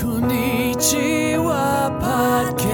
こんにちは、podcast.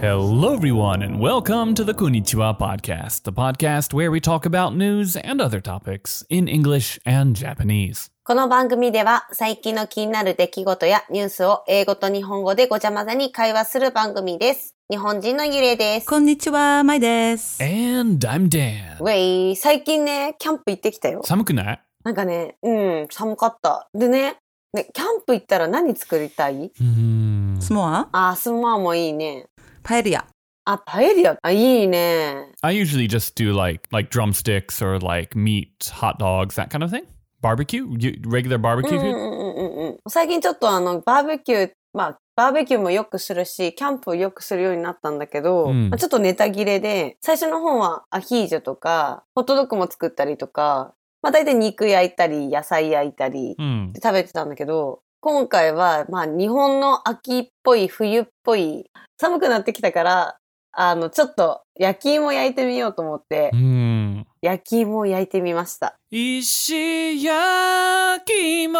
Hello, everyone, and welcome to the Konnichiwa Podcast, the podcast where we talk about news and other topics in English and Japanese. この番組では最近の気になる出来事やニュースを英語と日本語でごちゃ混ぜに会話する番組です。日本人のゆれです。こんにちは、まいです。Eh? And I'm Dan. ウェイ、最近ね、キャンプ行ってきたよ。寒くないなんかね、うん、寒かった。でね、ねキャンプ行ったら何作りたいうーんスモア、あー、スマーもいいね。パエリア。あ、パエリア。あ、いいね。 I usually just do like like drumsticks or like meat, hot dogs, that kind of thing. Barbecue, you, regular うん barbecue うん food. うんうんうん。最近ちょっとあの、バーベキュー、まあ、バーベキューもよくするし、キャンプをよくするようになったんだけど、うんまあちょっとネタ切れで、最初の方はアヒージョとか、ホットドッグも作ったりとか、まあ大体肉焼いたり、野菜焼いたり、 Hmm. 食べてたんだけど、今回は、まあ日本の秋っぽい、冬っぽい、寒くなってきたから、あの、ちょっと焼き芋焼いてみようと思って、 Hmm. 焼き芋を焼いてみました。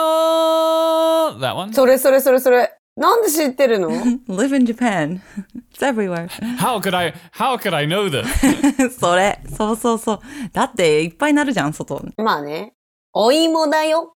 Ishiyakimo. That one? それそれそれそれ、なんで知ってるの Live in Japan. It's everywhere. How could I how could I know this? それ、そうそうそう。だって、いっぱいなるじゃん、外。まあね。お芋だよ。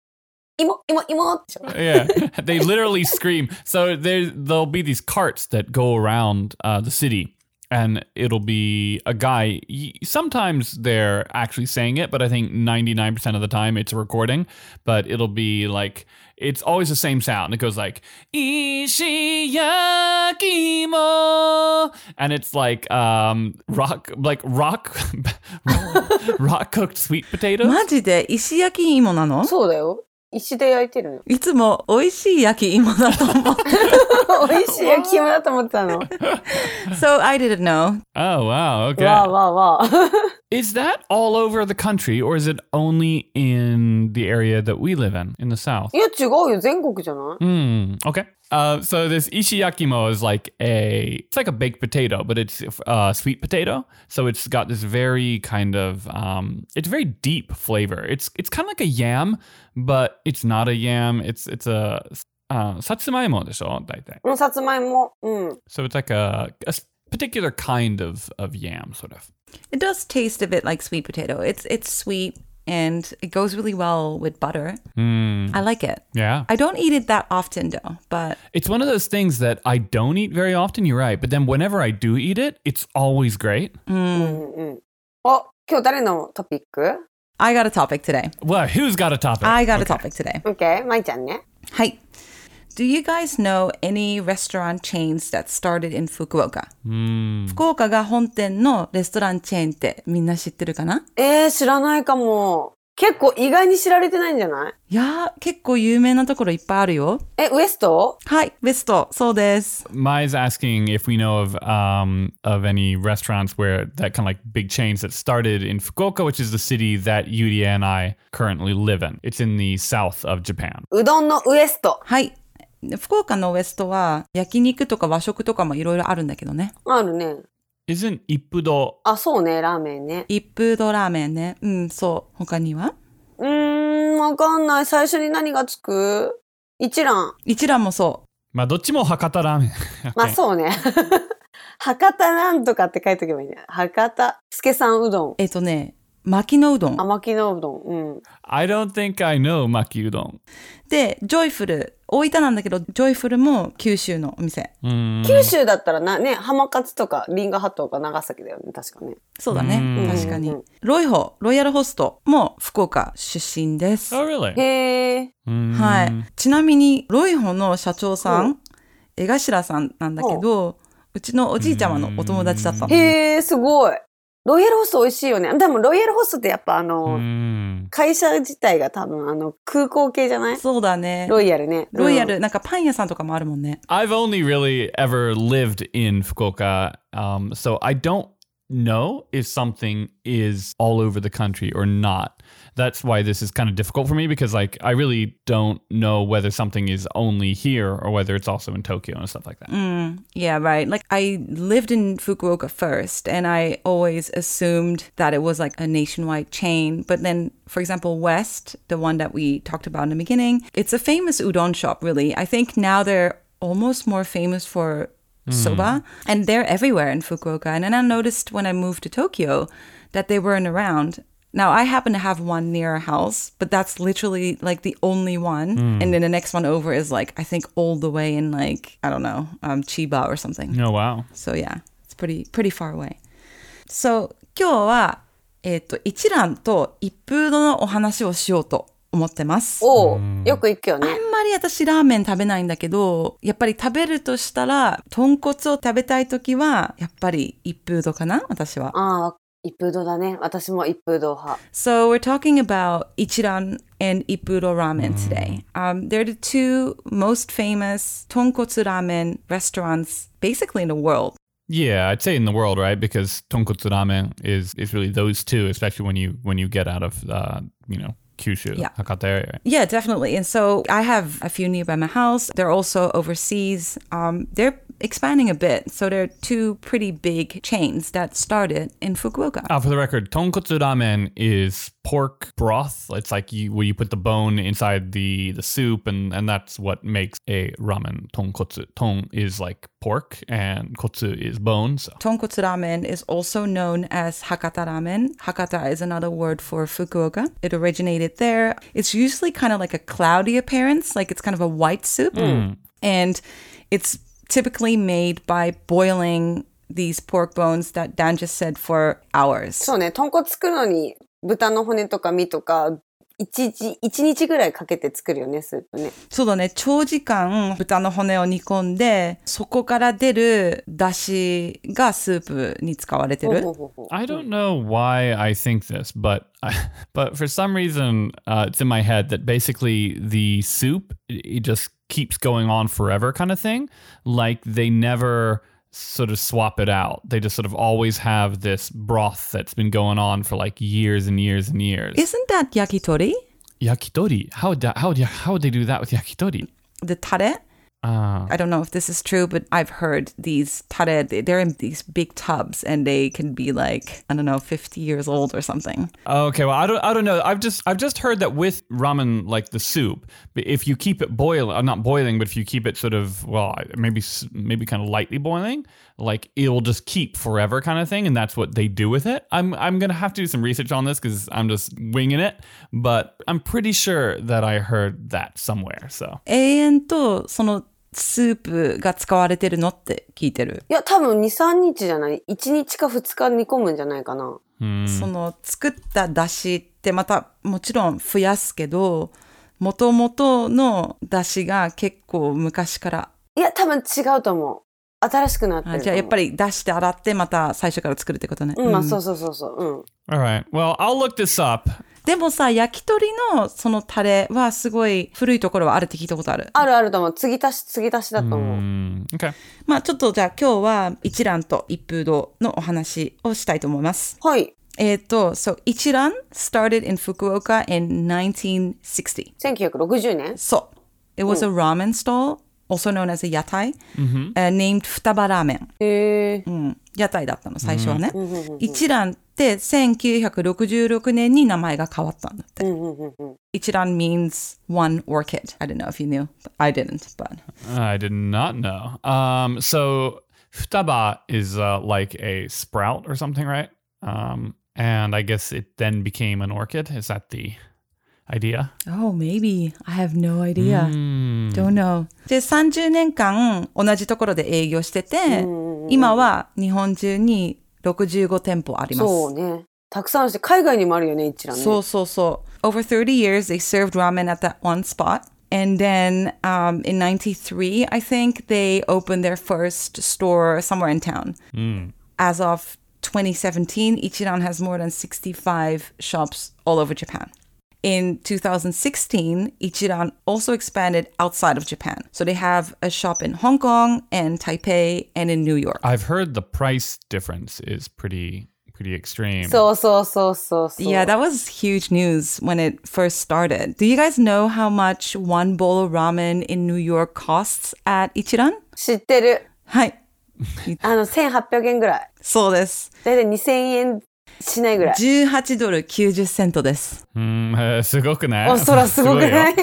芋、芋、芋でしょ。 yeah. They literally scream. So there there'll be these carts that go around uh, the city and it'll be a guy y- sometimes they're actually saying it but i think 99% of the time it's a recording but it'll be like it's always the same sound it goes like ishiyakimo and it's like um rock like rock rock cooked sweet potatoes マジで、石焼き芋なの。そうだよ。石で焼いてるのいつも美味しい焼き芋だと思って。 美味しい焼き芋だと思ってたの。 so I didn't know. oh wow okay わあわあわあ。 Is that all over the country, or is it only in the area that we live in, in the south? いや、違うよ。全国じゃない Hmm. Okay. Uh, so this ishiyakimo is like a it's like a baked potato, but it's uh, sweet potato. So it's got this very kind of um, it's very deep flavor. It's it's kind of like a yam, but it's not a yam. It's it's a uh, satsumaimo でしょ、大体。うん、さつまいも。うん。 So it's like a, a particular kind of of yam, sort of. It does taste a bit like sweet potato. It's, it's sweet and it goes really well with butter. Hmm. I like it. Yeah. I don't eat it that often though, but It's one of those things that I don't eat very often, you're right. But then whenever I do eat it, it's always great. うんうん。あ、今日誰のトピック I got a topic today. Well, who's got a topic? I got a topic today. ?OK? まいちゃんね。 Hi. Do you guys know any restaurant chains that started in Fukuoka? Hmm. 福岡が本店のレストランチェーンってみんな知ってるかなえー、知らないかも。結構意外に知られてないんじゃないいやー、結構有名なところいっぱいあるよ。え、ウエストはい、ベスト、そうです。 Mai's asking if we know of um, of any restaurants where that kind of like big chains that started in Fukuoka, which is the city that Yuria and I currently live in. It's in the south of Japan. うどんのウエスト。はい。福岡のウエストは焼肉とか和食とかもいろいろあるんだけどね。あるね。 Isn't Ippudo あ、そうね。ラーメンね。一風堂ラーメンね。うん、そう。他にはうーん、わかんない。最初に何がつく一覧。一蘭もそ Madochimo Hakata Ramen? まあそうね。 博多なんとかって書いとけばいいね。博多、すけさんうどんう。。えっ、とね、薪のうどん。甘きのうどん。うん。 I don't think I know Maki Udon. で、ジョイフル。大分なんだけど、ジョイフルも九州のお店。Hmm. 九州だったらな、ね、浜勝とか、リンガハットが長崎だよね。確かね。そうだね。確かに。ロイホ、ロイヤルホストも福岡出身です。 Oh, really? へえ。 Mm. はい。ちなみに、ロイホの社長さん、江頭さんなんだけど、うちのおじいちゃまのお友達だったの。へえ、すごい。ロイヤルホスト美味しいよね。でもロイヤルホストってやっぱあの、 Mm. 会社自体が多分あの、空港系じゃないそうだね。ロイヤルね。ロイヤうん。ル、なんかパン屋さんとかもあるもんね。 I've only really ever lived in Fukuoka, um, so I don't know if something is all over the country or not. That's why this is kind of difficult for me because like I really don't know whether something is only here or whether it's also in Tokyo and stuff like that. Mm, yeah, right. Like I lived in Fukuoka first and I always assumed that it was like a nationwide chain. But then, for example, West, the one that we talked about in the beginning, it's a famous udon shop, really. I think now they're almost more famous for soba and they're everywhere in fukuoka and then i noticed when i moved to tokyo that they weren't around now i happen to have one near our house but that's literally like the only one and then the next one over is like i think all the way in like i don't know um, chiba or something Oh wow. so yeah it's pretty pretty far away so 今日は、えっと一蘭と一風堂のお話をしようと思ってますおうよく行くよねあ。んまり私ラーメン食べないんだけど、やっぱり食べるとしたら、豚骨を食べたいときは、やっぱり一風堂かな私は。ああ、一風堂だね。私も一風堂派。 So we're talking about Ichiran and Ippudo ramen today. Um, they're the two most famous tonkotsu ramen restaurants basically in the world. Yeah, I'd say in the world, right? Because tonkotsu ramen is is really those two, especially when you when you get out of uh, you know Kyushu, Yeah. Hakata area. right? Yeah, definitely. And so I have a few nearby my house. They're also overseas. Um, they're expanding a bit. So they're two pretty big chains that started in Fukuoka. Uh, for the record, tonkotsu ramen is pork broth. It's like you, where you put the bone inside the, the soup, and, and that's what makes a ramen tonkotsu. Ton is like pork, and kotsu is bone. So Tonkotsu ramen is also known as Hakata ramen. Hakata is another word for Fukuoka. It originated there. It's usually kind of like a cloudy appearance, like it's kind of a white soup. And it's typically made by boiling these pork bones that Dan just said for hours. そうね、豚骨作るのに豚の骨とか身とか、一日、一日ぐらいかけて作るよね、スープね。そうだね、長時間豚の骨を煮込んで、そこから出る出汁がスープに使われてほうるほう。ほうほう I don't know why I think this, but but for some reason, uh, it's in my head that basically the soup it it just keeps going on forever, kind of thing. Like they never sort of swap it out. They just sort of always have this broth that's been going on for like years and years and years. Isn't that yakitori? yakitori. How would that, how would, how would they do that with yakitori? The tare? Ah, I don't know if this is true, but I've heard these tare, they- they're in these big tubs and they can be like, I don't know, 50 years old or something. okay. Well, I don't I don't know. I've just I've just heard that with ramen, like the soup, if you keep it boiling, uh, not boiling, but if you keep it sort of well, maybe s- maybe kind of lightly boiling, like it'll just keep forever, kind of thing. And that's what they do with it. I'm I'm gonna have to do some research on this because I'm just winging it, but I'm pretty sure that I heard that somewhere. So 永遠とそのスープが使われてるのって聞いてる。いや、多分2、3日じゃない。1日か2日煮込むんじゃないかな。その作った出汁ってまたもちろん増やすけど、もともとの出汁が結構昔から、いや、多分違うと思う。新しくなってるとあ思う。じゃあやっぱり出して洗ってまた最初から作るってことね。うん、まあうんそうそうそうそう。 all right. Well, I'll look this up. でもさ、焼き鳥のそのタレはすごい古いところはあるって聞いたことある。あるあると思う。継ぎ足し、継ぎ足しだと思う。 Mm, okay. まあちょっとじゃあ今日は一蘭と一風堂のお話をしたいと思います。はい。えっ、と、そう、一蘭 started in Fukuoka in 1960. 1960年 So, it was a ramen stall, also known as a yatai,、uh, named Futaba ramen. へえ。うん、屋台だったの、最初はね。一蘭って1966年に名前が変わったんだって。一蘭 means one orchid. I don't know if you knew. but I didn't, but. I did not know. Um, so futaba is uh, like a sprout or something, right? Um, and I guess it then became an orchid. Is that the idea? Oh, maybe. I have no idea. Hmm. Don't know. で、30年間同じところで営業してて、今は日本中に65店舗あります。そうね。たくさんして、海外にもあるよね、一覧ね。そうそうそう。Over 30 years, they served ramen at that one spot. And then um, in 93, I think they opened their first store somewhere in town. As of 2017, Ichiran has more than 65 shops all over Japan. In 2016, Ichiran also expanded outside of Japan. So they have a shop in Hong Kong and Taipei and in New York. I've heard the price difference is pretty pretty extreme. そうそうそうそうそう。 Yeah, that was huge news when it first started. Do you guys know how much one bowl of ramen in New York costs at Ichiran? 知ってる。はい。あの、1800円ぐらい。そうです。だいたい2000円しないぐらい。 18ドル90セントです。うんえーすごくないお、そ らすごくない知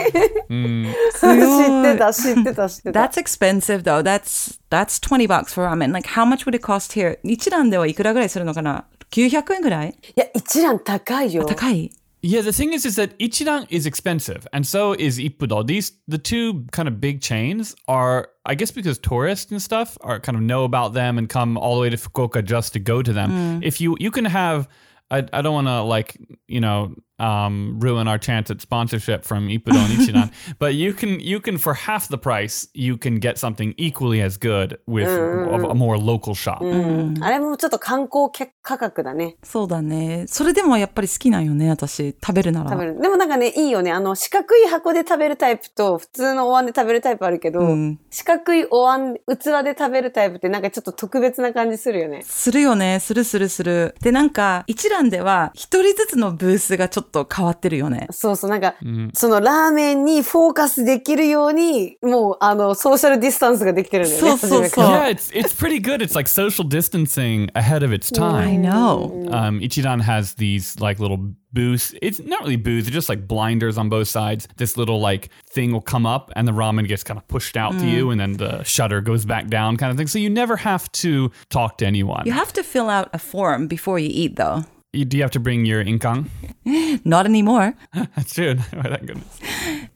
うんってた、知ってた、知ってた。 That's expensive though. That's that's 20 bucks for ramen. Like how much would it cost here? 一蘭ではいくらぐらいするのかな ?900 円ぐらいいや、一蘭高いよ。高い Yeah, the thing is, is that Ichiran is expensive, and so is Ippudo. These the two kind of big chains are, I guess, because tourists and stuff are kind of know about them and come all the way to Fukuoka just to go to them. If you you can have, I, I don't want to like you know um, ruin our chance at sponsorship from Ippudo and Ichiran, but you can you can for half the price you can get something equally as good with a, a more local shop. うん。あれもちょっと観光客価格だね。そうだね。それでもやっぱり好きなんよね、私。食べるなら。食べる。でもなんかね、いいよね。あの、四角い箱で食べるタイプと、普通のお椀で食べるタイプあるけど、うん四角いお椀、器で食べるタイプってなんかちょっと特別な感じするよね。するよね。するするする。で、なんか、一蘭では、一人ずつのブースがちょっと変わってるよね。そうそう、なんか、そのラーメンにフォーカスできるように、もう、あの、ソーシャルディスタンスができてるんだよね。そうそうそう初めから Yeah, it's it's pretty good. It's like social distancing ahead of its time. I know. Um, Ichidan has these like little booths. It's not really booths, it's just like blinders on both sides. This little like thing will come up and the ramen gets kind of pushed out to you and then the shutter goes back down kind of thing. So you never have to talk to anyone. You have to fill out a form before you eat though. You, do you have to bring your inkang? Not anymore. That's true. Oh, thank goodness.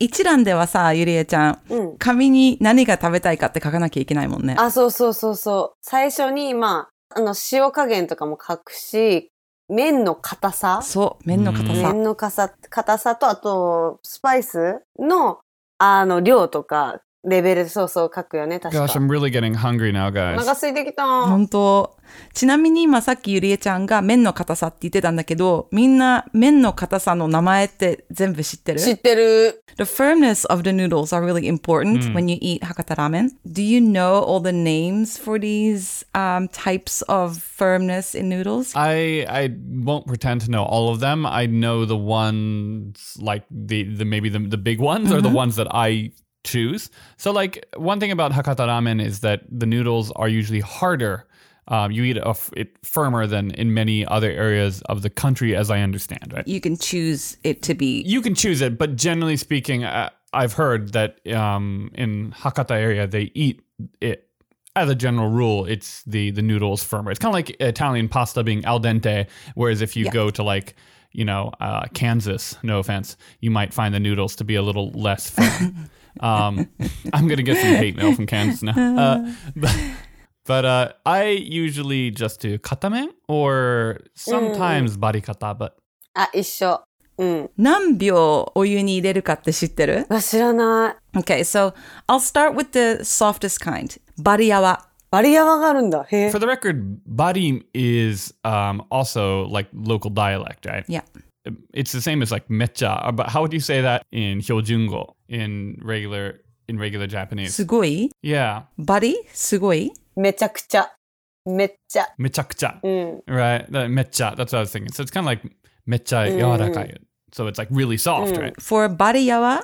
一蘭ではさ、ゆりえちゃん、紙に何が食べたいかって書かなきゃいけないもんね。あ、そうそうそうそう。最初に、まあ、あの、塩加減とかも書くし、麺の硬さそう、麺の硬さ。麺の硬さ硬さと、あと、スパイスの、あの、量とか、レベル、そうそう書くよね、確か。 Gosh, I'm really getting hungry now, お guys. 腹空いてきた。本当。ちなみに今さっきゆりえちゃんが麺の硬さって言ってたんだけど、みんな麺の硬さの名前って全部知ってる知ってる。 The firmness of the noodles are really important when you eat Hakata ramen. Do you know all the names for these um, types of firmness in noodles? I I won't pretend to know all of them. I know the ones like the, the maybe the, the big ones are the ones that I choose. So like one thing about Hakata ramen is that the noodles are usually harder. Um, you eat a f it firmer than in many other areas of the country, as I understand. Right? You can choose it to be. You can choose it, but generally speaking, uh, I've heard that um, in Hakata area they eat it. As a general rule, it's the the noodles firmer. It's kind of like Italian pasta being al dente. Whereas if you go to like you know uh, Kansas, no offense, you might find the noodles to be a little less firm. um, I'm gonna get some hate mail from Kansas now. Uh, but but uh, I usually just do katamen or sometimes barikata, but あ、一緒。うん。何秒お湯に入れるかって知ってるうわ、知らない。 Okay, so I'll start with the softest kind. Bariyawa. バリヤワがあるんだ。へえ For。the record, Barim is um, also like local dialect, right? Yeah. It's the same as like mecha, uh, but how would you say that in Hyojungo in regular in regular Japanese? すごい Yeah, ?Bari? すごいめちゃくちゃ。めっちゃ。 mechakucha, うん。 right? That mecha, that's what I was thinking. So it's kind of like mecha yawarakai. So it's like really soft, right? For bariyawa,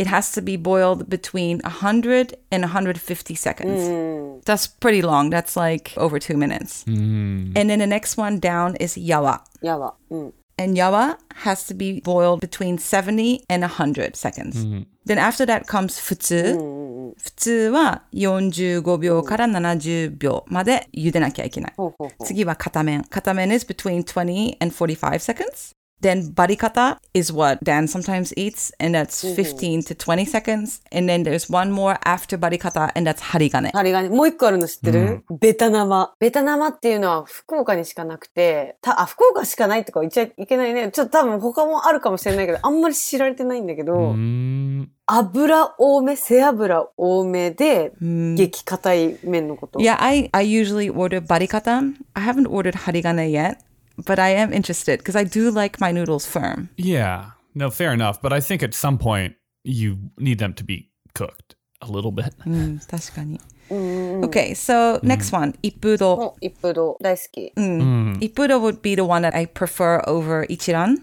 it has to be boiled between 100 and 150 seconds. That's pretty long. That's like over two minutes. And then the next one down is yawa. やば。うん。 And yawa has to be boiled between 70 and 100 seconds. Then after that comes futsu. 普通は45秒から70秒まで茹でなきゃいけない。ほうほうほう。次は片面。片面 is between 20 and 45 seconds. Then barikata is what Dan sometimes eats, and that's 15 to 20 seconds. And then there's one more after barikata, and that's harigane. 針金。もう一個あるの知ってる、ベタ生。ベタ生っていうのは福岡にしかなくて、たあ、福岡しかないとか言っちゃいけないね。ちょっと多分他もあるかもしれないけど、あんまり知られてないんだけど、 Mm. 油多め、背脂多めで、激硬い麺のこと。 Yeah, I, I usually order barikata. I haven't ordered harigane yet, but I am interested because I do like my noodles firm. Yeah, No, fair enough. But I think at some point you need them to be cooked a little bit. うん、確かに。うんうん。 Okay, so next one, 一風堂。もう一風堂大好き。 Mm. Ippudo would be the one that I prefer over Ichiran.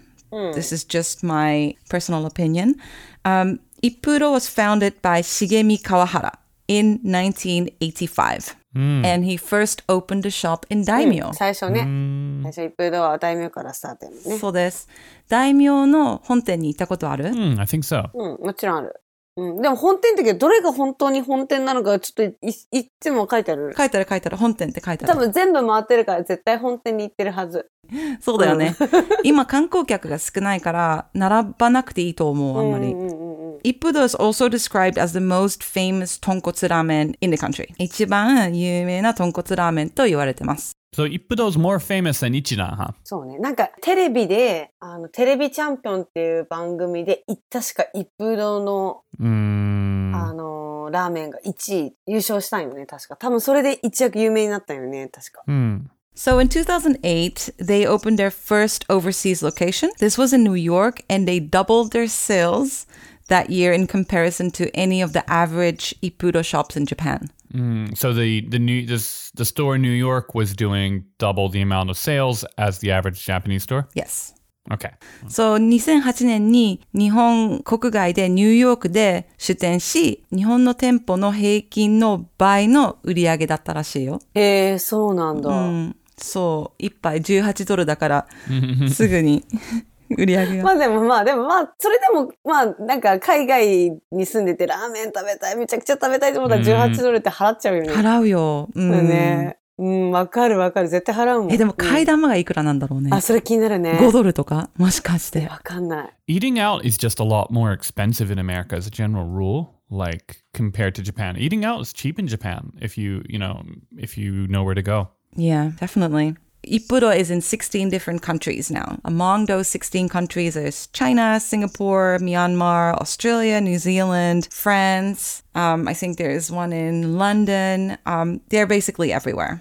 This is just my personal opinion. Um, Ippudo was founded by Shigemi Kawahara in 1985. And he first opened the shop in Daimyo. 最初ね。最初一風堂は大名からスタートやもんね。そうです。大名の本店に行ったことある、 Hmm, I think so. うん、もちろんある。うん、でも本店だけど、どれが本当に本店なのか、ちょっといいいっつも書いてある。書いてある書いてある。本店って書いてあ多る。分全部回ってるから絶対本店に行ってるはず。そうだよね。今観光客が少ないから、並ばなくていいと思う、あんまり。うんうんうん。 Ippudo is also described as the most famous 豚骨ラーメン in the country. 一番有名な豚骨ラーメンと言われてます。 So Ippudo's more famous than Ichiran, huh? そうね。なんかテレビで、あの、テレビチャンピオンっていう番組で、い確か一風堂の、 Mm. あのーラーメンが1位、優勝したんよね、確か。多分それで一躍有名になったんよね、確か。 Hmm. So in 2008, they opened their first overseas location. This was in New York and they doubled their sales that year in comparison to any of the average Ippudo shops in Japan. Mm. So the the new this the store in New York was doing double the amount of sales as the average Japanese store. Yes. Okay. So 2008年に日本国外でニューヨークで出店し、日本の店舗の平均の倍の売り上げだったらしいよ。へえ、そうなんだ。うん、そう一杯18ドルだからすぐに 売り上げが、まあでもまあでもまあそれでもまあなんか海外に住んでてラーメン食べたいめちゃくちゃ食べたいと思ったら18ドルって払っちゃうよね。払うよ、うんうね。うん、わかるわかる。絶対払うもん。えでも替えだ、玉がいくらなんだろうね、あ、それ気になるね。 5ドルとかもしかしてわかんない。 Eating out is just a lot more expensive in America as a general rule, like compared to Japan. Eating out is cheap in Japan if you, you know, if you know where to go. Yeah, definitely. Ippudo is in 16 different countries now. Among those 16 countries is China, Singapore, Myanmar, Australia, New Zealand, France. Um, I think there is one in London. Um, they're basically everywhere.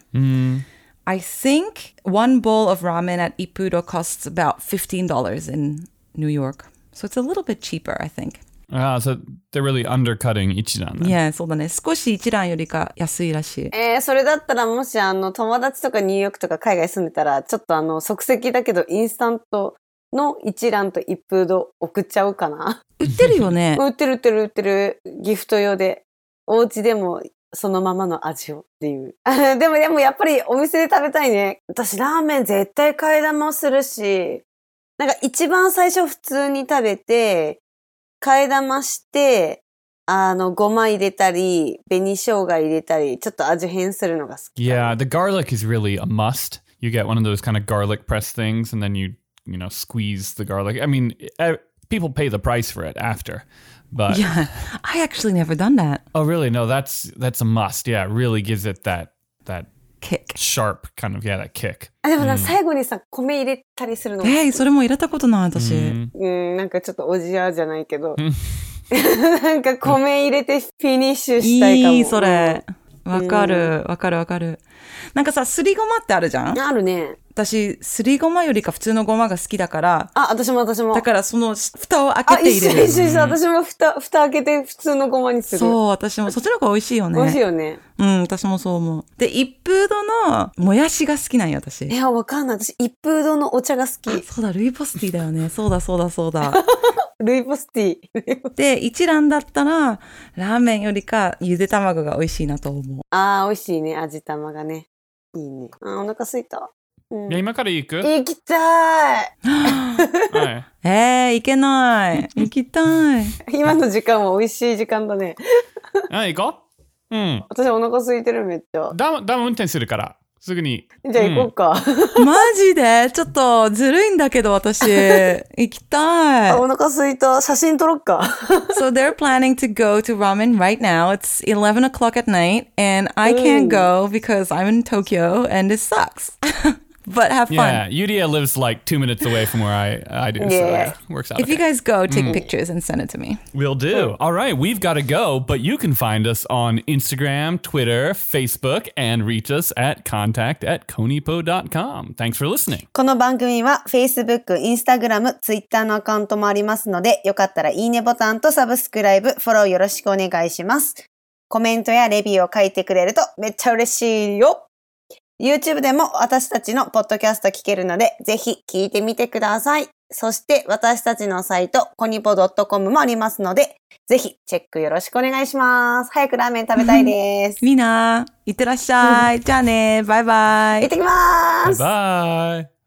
I think one bowl of ramen at Ippudo costs about $15 in New York. So it's a little bit cheaper, I think. Ah, so they're really undercutting Ichiran. Then. Yeah, そうだね。少し一蘭よりか安いらしい。えー、それだったらもしあの友達とかニューヨークとか海外住んでたらちょっとあの即席だけどインスタントの一蘭と一風堂送っちゃおうかな。 売ってるよね。売ってる売ってる売ってるギフト用でお家でもそのままの味をっていう でもでもやっぱりお店で食べたいね私ラーメン絶対替え玉するしなんか一番最初普通に食べて替え玉してあのごま入れたり紅生姜入れたりちょっと味変するのが好き Yeah, the garlic is really a must. You get one of those kind of garlic press things, and then you you know squeeze the garlic. I mean, eh, people pay the price for it after, but Yeah, I actually never done that. oh really? No, that's that's a must. Yeah, it really gives it that that Kick. sharp kind of yeah that kick. あでもなんか最後にさ、米入れたりするのえー、それも入れたことない私。うんなんかちょっとおじやじゃないけど なんか米入れてフィニッシュしたいかもいい、それ。わかる、わかる、わかる。なんかさ、すりごまってあるじゃんあるね。私、すりごまよりか普通のごまが好きだから、あ、私も私も。だからその蓋をあ、開けて一緒入れ一る。緒一緒。私も蓋、蓋開けて普通のごまにする。そう、私も、そっちの方が美味しいよね。美味しいよね。うん、私もそう思う。で、一風堂のもやしが好きなんよ、私い。や、わかんない。私、一風堂のお茶が好き。そうだ、ルイボスティーだよね。そうだ、そうだ、そうだ。ルイボスティー。で、一蘭だったら、ラーメンよりか、ゆで卵が美味しいなと思 う。あー、美味しいね。味玉がね。いいね。あー、お腹すいた。うん。行 Yeah, きたい。えー、行けない。行きたい。今の時間は美味しい時間だね。Ah, 今から行く？はい。あ、行こう。うん。だ、だ運転するから。すぐに。私、お腹空いてる、めっちゃ。じゃあ行こうか。マジでちょっとずるいんだけど、私。行きたあ、い。 お腹空いた。写真撮ろっか。 So they're planning to go to ramen right now. It's 11 o'clock at night, and I can't go because I'm in Tokyo, and this sucks. but have Yeah, fun. Yudia lives like two minutes away from where I, I do. So yeah, Yeah. works out. If you okay. guys go, take pictures and send it to me. We'll do. All right, we've got to go, but you can find us on Instagram, Twitter, Facebook, and reach us at contact at conipo.com. Thanks for listening. この番組は Facebook、Instagram、Twitter のアカウントもありますので、よかったらいいねボタンとサブスクライブ、フォローよろしくお願いします。コメントやレビューを書いてくれるとめっちゃ嬉しいよ。YouTube でも私たちのポッドキャスト聞けるので、ぜひ聞いてみてください。そして私たちのサイト、コニポ .com もありますので、ぜひチェックよろしくお願いします。早くラーメン食べたいです。みんな、いってらっしゃい。じゃあね、バイバイ行っ。てきまーす。 Bye.